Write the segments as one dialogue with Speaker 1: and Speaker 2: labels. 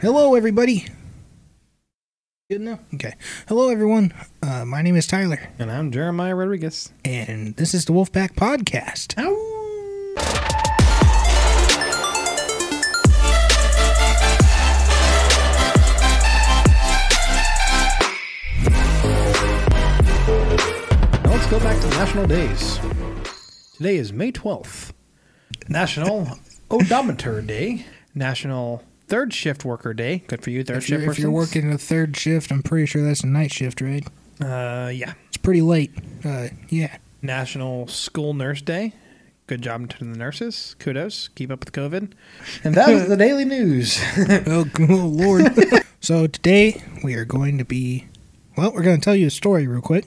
Speaker 1: Hello, everybody. Good enough? Okay. Hello, everyone. Uh, my name is Tyler,
Speaker 2: And I'm Jeremiah Rodriguez.
Speaker 1: and this is the Wolfpack Podcast.
Speaker 2: Now let's go back to national days. Today is May 12th, National Odometer Day, National Third Shift Worker Day. Good for you, third
Speaker 1: If
Speaker 2: shift
Speaker 1: you're, if you're
Speaker 2: persons.
Speaker 1: working a third shift, I'm pretty sure that's a night shift, right?
Speaker 2: Uh, yeah.
Speaker 1: It's pretty late. Uh, yeah.
Speaker 2: National School Nurse Day. Good job to the nurses. Kudos. Keep up with COVID. And that was the daily news.
Speaker 1: Oh, g- oh Lord. so today we are going to be, well, we're going to tell you a story real quick.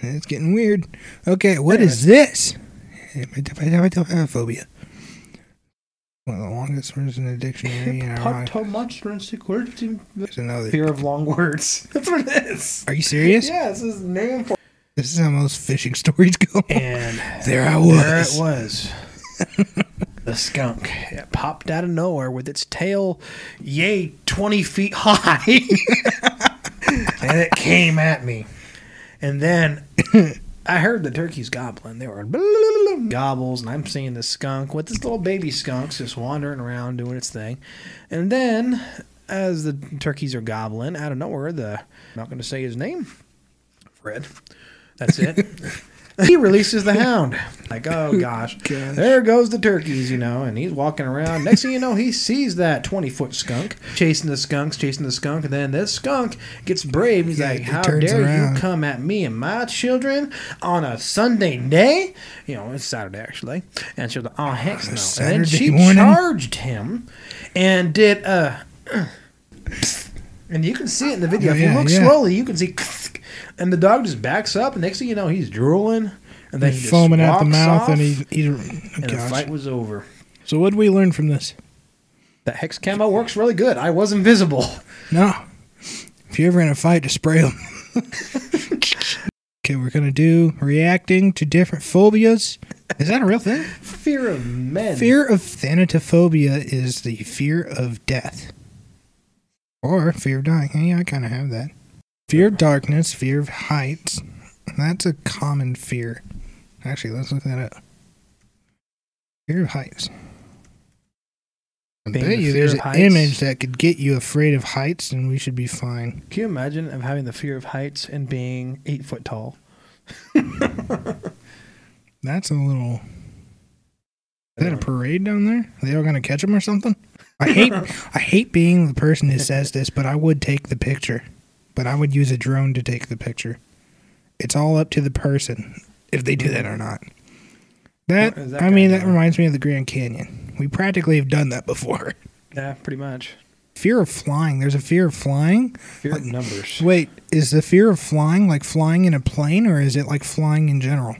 Speaker 1: It's getting weird. Okay, what is this? Phobia. One of the longest words in the dictionary. and ironic- There's another.
Speaker 2: Fear of long words. That's what it is.
Speaker 1: Are you serious?
Speaker 2: Yeah, this is name for
Speaker 1: This is how most fishing stories go.
Speaker 2: And
Speaker 1: There I
Speaker 2: there
Speaker 1: was.
Speaker 2: it was. the skunk. It popped out of nowhere with its tail, yay, 20 feet high. and it came at me. And then I heard the turkeys gobbling. They were gobbles, and I'm seeing the skunk with this little baby skunks just wandering around doing its thing. And then, as the turkeys are gobbling, out of nowhere, the I'm not going to say his name, Fred. That's it. he releases the hound. Like, oh gosh,
Speaker 1: Gosh.
Speaker 2: there goes the turkeys, you know. And he's walking around. Next thing you know, he sees that 20 foot skunk chasing the skunks, chasing the skunk. And then this skunk gets brave. He's
Speaker 1: Yeah,
Speaker 2: like,
Speaker 1: he
Speaker 2: how
Speaker 1: turns
Speaker 2: dare
Speaker 1: around.
Speaker 2: you come at me and my children on a Sunday day? You know, it's Saturday actually. And she was like, oh, heck no. and then
Speaker 1: Saturday
Speaker 2: she
Speaker 1: morning?
Speaker 2: charged him and did a. And you can see it in the video.
Speaker 1: Oh,
Speaker 2: if you
Speaker 1: yeah,
Speaker 2: look
Speaker 1: yeah.
Speaker 2: slowly, you can see. And the dog just backs up. And next thing you know, he's drooling. And then
Speaker 1: He's
Speaker 2: he
Speaker 1: foaming
Speaker 2: just
Speaker 1: out the
Speaker 2: walks
Speaker 1: mouth,
Speaker 2: off,
Speaker 1: and he, he's.
Speaker 2: and the
Speaker 1: Gosh.
Speaker 2: fight was over.
Speaker 1: So what did we learn from this?
Speaker 2: That hex camo works really good. I was invisible.
Speaker 1: No. If you're ever in a fight, just spray them. okay, we're gonna do reacting to different phobias. Is that a real thing?
Speaker 2: Fear of men.
Speaker 1: Fear of thanatophobia is the fear of death, or fear of dying. Hey, I kind of have that. Fear of darkness, fear of heights. That's a common fear. Actually, let's look that up. Fear of heights. I
Speaker 2: Being
Speaker 1: bet
Speaker 2: the
Speaker 1: you
Speaker 2: fear
Speaker 1: there's
Speaker 2: of
Speaker 1: an
Speaker 2: heights.
Speaker 1: image that could get you afraid of heights, and we should be fine.
Speaker 2: Can you imagine of having the fear of heights and being eight foot tall?
Speaker 1: That's a little. Is that a
Speaker 2: don't-
Speaker 1: parade down there? Are they all gonna catch him or something? I hate, I hate being the person who says this, but I would take the picture. But I would use a drone to take the picture. It's all up to the person if they do that or not. That,
Speaker 2: What is that
Speaker 1: I mean,
Speaker 2: gonna
Speaker 1: that
Speaker 2: do?
Speaker 1: reminds me of the Grand Canyon. We practically have done that before.
Speaker 2: Yeah, pretty much.
Speaker 1: Fear of flying. There's a fear of flying.
Speaker 2: Fear of numbers.
Speaker 1: Wait, is the fear of flying like flying in a plane, or is it like flying in general?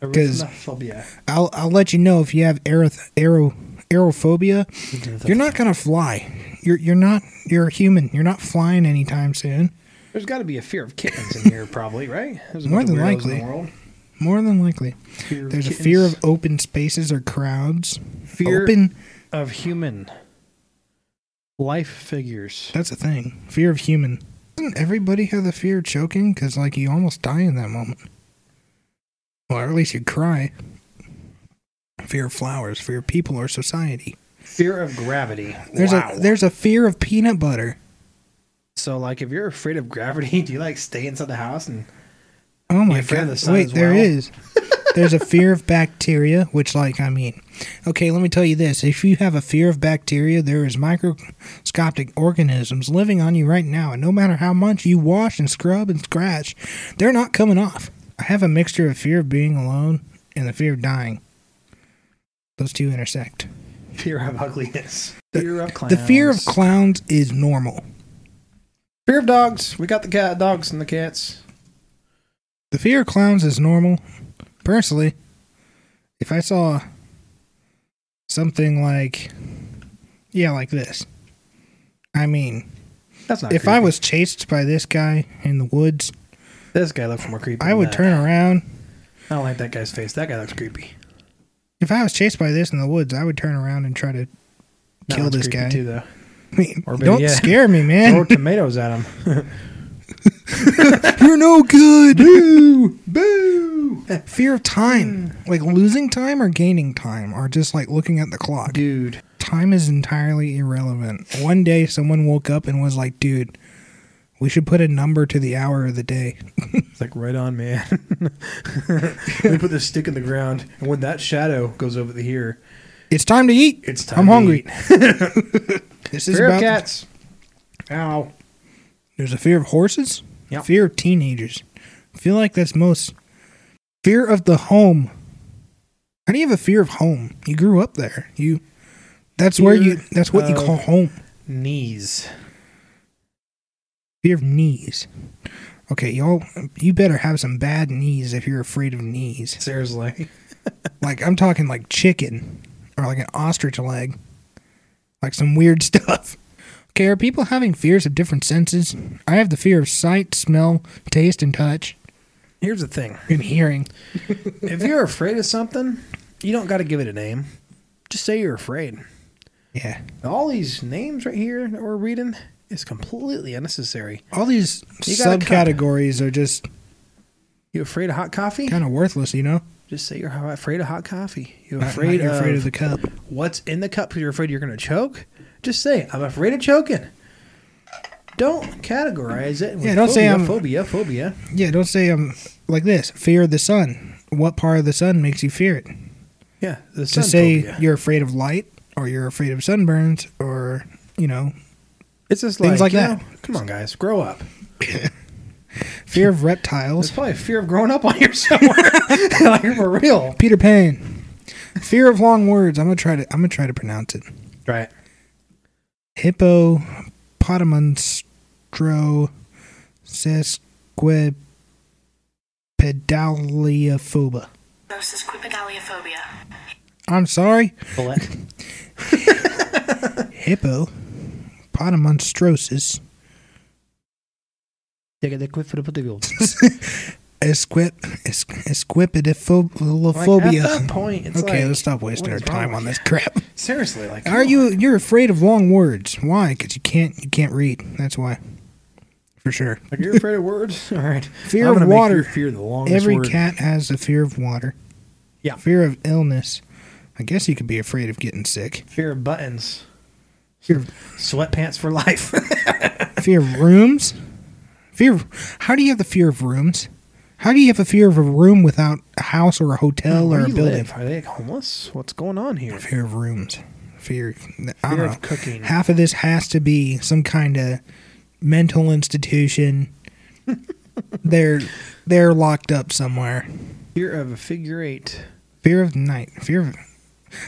Speaker 1: 'cause-
Speaker 2: Arachnophobia.
Speaker 1: I'll I'll let you know if you have aero aero aerophobia. You're not gonna fly. You're you're not you're a human. You're not flying anytime soon.
Speaker 2: There's got to be a fear of kittens in here, probably, right? There's a
Speaker 1: More
Speaker 2: bunch of
Speaker 1: than
Speaker 2: weirdos in
Speaker 1: likely.
Speaker 2: the world.
Speaker 1: More than likely,
Speaker 2: Fear of
Speaker 1: there's a
Speaker 2: kittens.
Speaker 1: fear of open spaces or crowds.
Speaker 2: Fear-
Speaker 1: Open.
Speaker 2: of human life figures.
Speaker 1: That's a thing. Fear of human. Doesn't everybody have the fear of choking? Because like you almost die in that moment. Well, or at least you cry. Fear of flowers. Fear of people or society.
Speaker 2: Fear of gravity.
Speaker 1: There's
Speaker 2: wow.
Speaker 1: a there's a fear of peanut butter.
Speaker 2: so, like, if you're afraid of gravity, do you like stay inside the house and
Speaker 1: Oh my
Speaker 2: You're afraid of
Speaker 1: god!
Speaker 2: the sun
Speaker 1: Wait,
Speaker 2: as
Speaker 1: there
Speaker 2: well?
Speaker 1: is. There's a fear of bacteria, which, like, I mean, okay, let me tell you this: if you have a fear of bacteria, there is microscopic organisms living on you right now, and no matter how much you wash and scrub and scratch, they're not coming off. I have a mixture of fear of being alone and the fear of dying. Those two intersect.
Speaker 2: fear of ugliness? Fear of clowns.
Speaker 1: The fear of clowns is normal.
Speaker 2: fear of dogs. We got the cat dogs and the cats.
Speaker 1: The fear of clowns is normal. Personally, if I saw something like, yeah, like this, I mean,
Speaker 2: That's not.
Speaker 1: if I
Speaker 2: creepy.
Speaker 1: was chased by this guy in the woods,
Speaker 2: this guy looks more creepy.
Speaker 1: I
Speaker 2: than
Speaker 1: would
Speaker 2: that.
Speaker 1: turn around.
Speaker 2: I don't like that guy's face. That guy looks creepy.
Speaker 1: If I was chased by this in the woods, I would turn around and try to
Speaker 2: That
Speaker 1: kill
Speaker 2: one's
Speaker 1: this
Speaker 2: creepy
Speaker 1: guy.
Speaker 2: too, though.
Speaker 1: I mean,
Speaker 2: Or better
Speaker 1: don't
Speaker 2: yet,
Speaker 1: scare me,
Speaker 2: Throw
Speaker 1: man.
Speaker 2: tomatoes at them.
Speaker 1: You're no good.
Speaker 2: Boo! Hmm.
Speaker 1: Fear of time, like losing time or gaining time, or just like looking at the clock.
Speaker 2: Dude.
Speaker 1: Time is entirely irrelevant. One day, someone woke up and was like, "Dude, we should put a number to the hour of the day."
Speaker 2: It's like right on, man. we put this stick in the ground, and when that shadow goes over the here,
Speaker 1: It's time to eat.
Speaker 2: it's time.
Speaker 1: I'm
Speaker 2: to
Speaker 1: hungry.
Speaker 2: eat.
Speaker 1: This is
Speaker 2: Fear
Speaker 1: about
Speaker 2: of cats. Ow.
Speaker 1: There's a fear of horses.
Speaker 2: Yep.
Speaker 1: Fear of teenagers. I feel like that's most fear of the home. How do you have a fear of home? You grew up there. You. That's where
Speaker 2: Fear
Speaker 1: you. That's what you
Speaker 2: of-
Speaker 1: call home.
Speaker 2: Knees.
Speaker 1: Fear of knees. Okay, y'all. You better have some bad knees if you're afraid of knees.
Speaker 2: Seriously.
Speaker 1: Like I'm talking like chicken or like an ostrich leg. Like some weird stuff. Okay, are people having fears of different senses? I have the fear of sight, smell, taste, and touch,
Speaker 2: Here's the thing.
Speaker 1: and hearing.
Speaker 2: if you're afraid of something, you don't got to give it a name. Just say you're afraid.
Speaker 1: Yeah.
Speaker 2: All these names right here that we're reading is completely unnecessary.
Speaker 1: all these
Speaker 2: You got a cup.
Speaker 1: subcategories are just
Speaker 2: You afraid of hot coffee?
Speaker 1: kind of worthless, you know.
Speaker 2: Just say you're ho- afraid of hot coffee. You
Speaker 1: Not-
Speaker 2: afraid,
Speaker 1: not you're
Speaker 2: of,
Speaker 1: afraid of the cup.
Speaker 2: what's in the cup? 'cause You're afraid you're going to choke. Just say I'm afraid of choking. Don't categorize it. With
Speaker 1: Yeah, don't
Speaker 2: phobia,
Speaker 1: say I'm-
Speaker 2: phobia. Phobia.
Speaker 1: Yeah, don't say um like this. Fear of the sun. What part of the sun makes you fear it?
Speaker 2: Yeah, the sun
Speaker 1: To say
Speaker 2: phobia.
Speaker 1: you're afraid of light, or you're afraid of sunburns, or you know,
Speaker 2: it's just
Speaker 1: things like
Speaker 2: you
Speaker 1: that.
Speaker 2: know, come on, guys, grow up.
Speaker 1: fear of
Speaker 2: There's
Speaker 1: reptiles.
Speaker 2: probably a fear of growing up on here somewhere. like for real.
Speaker 1: Peter Pan. Fear of long words. I'm gonna try to. I'm gonna try to pronounce it.
Speaker 2: Right.
Speaker 1: Hippopotamonstro sesquipedaliophobia.
Speaker 3: Versus quipedaliophobia.
Speaker 1: I'm sorry.
Speaker 2: Bullet.
Speaker 1: Hippo potamonstrosis
Speaker 2: Take it quit for the particular.
Speaker 1: esquip es-
Speaker 2: Like, at that
Speaker 1: esquipidophobia.
Speaker 2: point, it's
Speaker 1: Okay,
Speaker 2: like,
Speaker 1: let's stop wasting our
Speaker 2: what is wrong
Speaker 1: time
Speaker 2: with
Speaker 1: on
Speaker 2: you?
Speaker 1: this crap.
Speaker 2: Seriously, like,
Speaker 1: Are
Speaker 2: come
Speaker 1: you you're afraid of long words? Why? Because you can't you can't read. That's why. For sure.
Speaker 2: on. Like, you're afraid of words? All right.
Speaker 1: Fear
Speaker 2: I'm
Speaker 1: of
Speaker 2: gonna make
Speaker 1: water.
Speaker 2: you Fear the longest
Speaker 1: Every
Speaker 2: word.
Speaker 1: cat has a fear of water.
Speaker 2: Yeah.
Speaker 1: Fear of illness. I guess you could be afraid of getting sick.
Speaker 2: Fear of buttons.
Speaker 1: Fear of
Speaker 2: Sweatpants for life.
Speaker 1: Fear of rooms? Fear of, how do you have the fear of rooms? How do you have a fear of a room without a house or a hotel
Speaker 2: Where
Speaker 1: or a
Speaker 2: do you
Speaker 1: building?
Speaker 2: live? Are they homeless? What's going on here?
Speaker 1: Fear of rooms. Fear, I
Speaker 2: Fear
Speaker 1: don't
Speaker 2: of
Speaker 1: know.
Speaker 2: cooking.
Speaker 1: Half of this has to be some kind of mental institution. they're they're locked up somewhere.
Speaker 2: Fear of a figure eight.
Speaker 1: Fear of night. Fear of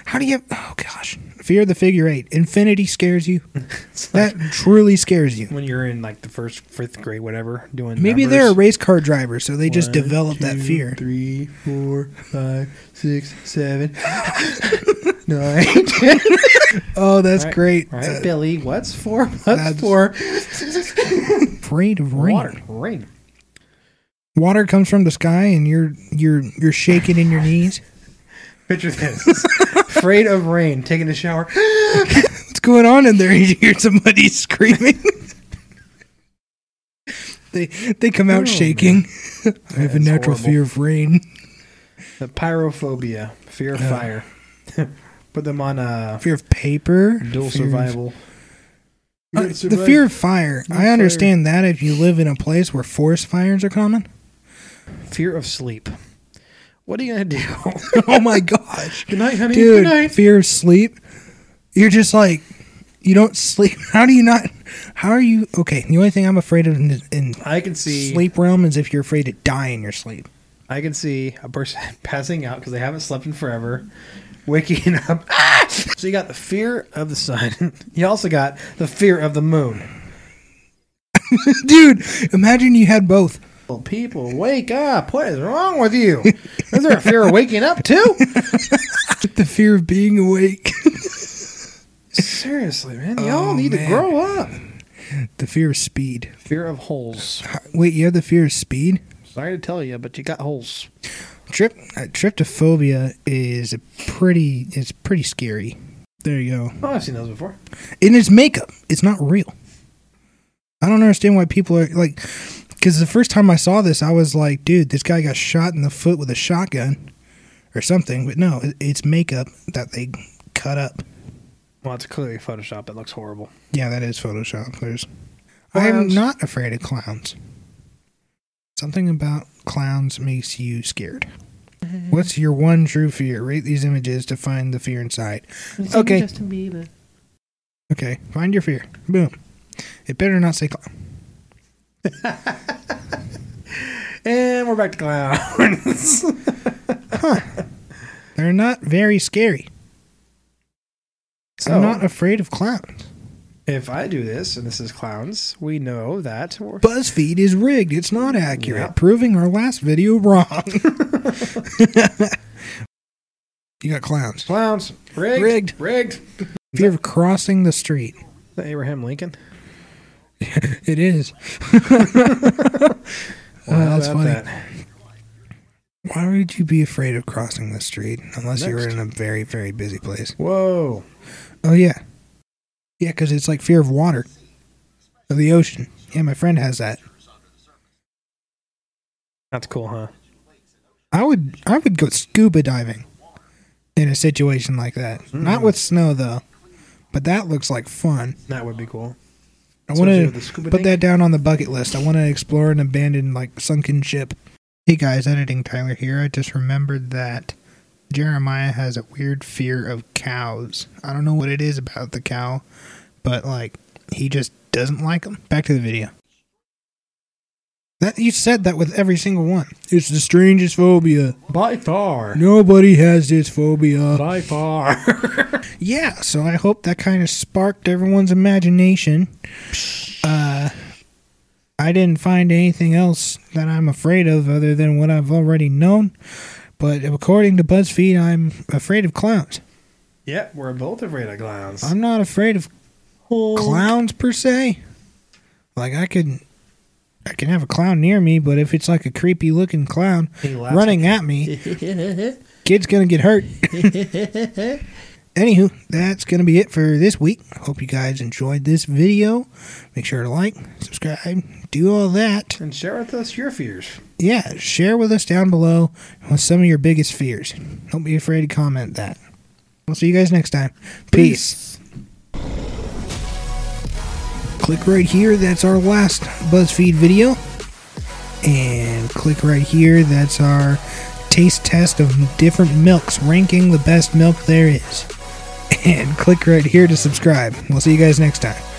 Speaker 1: how do you oh gosh. Fear of the figure eight. Infinity scares you.
Speaker 2: It's like
Speaker 1: That truly scares you.
Speaker 2: when you're in like the first, fifth grade, whatever, doing.
Speaker 1: Maybe
Speaker 2: numbers.
Speaker 1: they're a race car driver, so they just
Speaker 2: One,
Speaker 1: develop that
Speaker 2: two,
Speaker 1: fear.
Speaker 2: Three, four, five, six, seven, nine.
Speaker 1: Oh, that's
Speaker 2: Right,
Speaker 1: great.
Speaker 2: All right,
Speaker 1: Uh,
Speaker 2: Billy, what's four plus
Speaker 1: that's-
Speaker 2: four?
Speaker 1: afraid of rain.
Speaker 2: Water.
Speaker 1: Water.
Speaker 2: Rain.
Speaker 1: comes from the sky, and you're you're you're shaking in your knees.
Speaker 2: Picture this. Afraid of rain, taking a shower.
Speaker 1: What's going on in there? You hear somebody screaming. they they come out
Speaker 2: Oh,
Speaker 1: shaking. I have a
Speaker 2: That's
Speaker 1: natural
Speaker 2: horrible.
Speaker 1: fear of rain.
Speaker 2: The pyrophobia, fear of
Speaker 1: Yeah.
Speaker 2: fire. Put them on a
Speaker 1: Fear of paper.
Speaker 2: dual
Speaker 1: fear of-
Speaker 2: survival.
Speaker 1: Uh,
Speaker 2: You gotta
Speaker 1: the fear
Speaker 2: survive.
Speaker 1: of fire.
Speaker 2: Fear of
Speaker 1: I understand that if you live in a place where forest fires are common.
Speaker 2: fear of sleep. What are you gonna do?
Speaker 1: oh my gosh.
Speaker 2: Good night, honey. Good
Speaker 1: dude
Speaker 2: night.
Speaker 1: fear of sleep you're just like you don't sleep how do you not how are you okay the only thing i'm afraid of in, the- in
Speaker 2: I can see.
Speaker 1: sleep realm is if you're afraid to die in your sleep
Speaker 2: I can see a person passing out because they haven't slept in forever, waking up. Ah! So you got the fear of the sun. You also got the fear of the moon.
Speaker 1: dude imagine you had both
Speaker 2: Well, people, wake up! What is wrong with you? Is there a fear of waking up too?
Speaker 1: the fear of being awake
Speaker 2: Seriously, man, y'all
Speaker 1: Oh,
Speaker 2: need to
Speaker 1: man.
Speaker 2: grow up.
Speaker 1: the fear of speed
Speaker 2: Fear of holes.
Speaker 1: wait you have the fear of speed
Speaker 2: Sorry to tell you, but you got holes.
Speaker 1: trip uh, tryptophobia is a pretty it's pretty scary There you go.
Speaker 2: Oh, I've seen those before.
Speaker 1: And it's makeup. It's not real. I don't understand why people are like, because the first time I saw this, I was like, dude, this guy got shot in the foot with a shotgun or something. But no, it- it's makeup that they cut up.
Speaker 2: Well, it's clearly Photoshop. That looks horrible.
Speaker 1: Yeah, that is Photoshop. There's. I am
Speaker 2: Clowns.
Speaker 1: not afraid of clowns. Something about clowns makes you scared. What's your one true fear? Rate these images to find the fear inside. Okay.
Speaker 2: Justin Bieber.
Speaker 1: Okay, find your fear. Boom. It better not say clown.
Speaker 2: And we're back to clowns.
Speaker 1: They're not very scary.
Speaker 2: so,
Speaker 1: I'm
Speaker 2: Oh.
Speaker 1: not afraid of clowns.
Speaker 2: if I do this, and this is clowns, we know that. We're,
Speaker 1: BuzzFeed is rigged. It's not accurate,
Speaker 2: Yeah.
Speaker 1: proving our last video wrong. you got clowns.
Speaker 2: clowns. Rigged.
Speaker 1: Rigged.
Speaker 2: Rigged.
Speaker 1: Fear of crossing the street.
Speaker 2: Is that Abraham Lincoln?
Speaker 1: It is. Wow,
Speaker 2: How
Speaker 1: that's
Speaker 2: about
Speaker 1: funny.
Speaker 2: that?
Speaker 1: Why would you be afraid of crossing the street unless you were
Speaker 2: Next.
Speaker 1: in a very, very busy place?
Speaker 2: Whoa.
Speaker 1: Oh, yeah. Yeah, because it's like fear of water, of the ocean. Yeah, my friend has that.
Speaker 2: That's cool, huh?
Speaker 1: I would I would go scuba diving in a situation like that.
Speaker 2: Hmm.
Speaker 1: Not with snow though, but that looks like fun.
Speaker 2: That would be cool.
Speaker 1: I
Speaker 2: So
Speaker 1: want
Speaker 2: is it the
Speaker 1: to
Speaker 2: scuba
Speaker 1: put
Speaker 2: thing?
Speaker 1: that down on the bucket list. I want to explore an abandoned like sunken ship. Hey guys, editing Tyler here. I just remembered that Jeremiah has a weird fear of cows. I don't know what it is about the cow, but like he just doesn't like them. Back to the video. That you said that with every single one. It's the strangest phobia.
Speaker 2: By far.
Speaker 1: Nobody has this phobia.
Speaker 2: By far.
Speaker 1: Yeah, so I hope that kind of sparked everyone's imagination. Uh, I didn't find anything else that I'm afraid of other than what I've already known. But according to BuzzFeed, I'm afraid of clowns.
Speaker 2: yep, we're both afraid of clowns.
Speaker 1: I'm not afraid of clowns per se. Like I could, I can have a clown near me, but if it's like a creepy looking clown
Speaker 2: He laughs.
Speaker 1: running at me, kid's gonna get hurt. Anywho, that's gonna be it for this week. Hope you guys enjoyed this video. Make sure to like, subscribe, do all that.
Speaker 2: and share with us your fears.
Speaker 1: Yeah, share with us down below what's some of your biggest fears. Don't be afraid to comment that. We'll see you guys next time. Peace. Click right here, that's our last BuzzFeed video. And click right here, that's our taste test of different milks, ranking the best milk there is. And click right here to subscribe. We'll see you guys next time.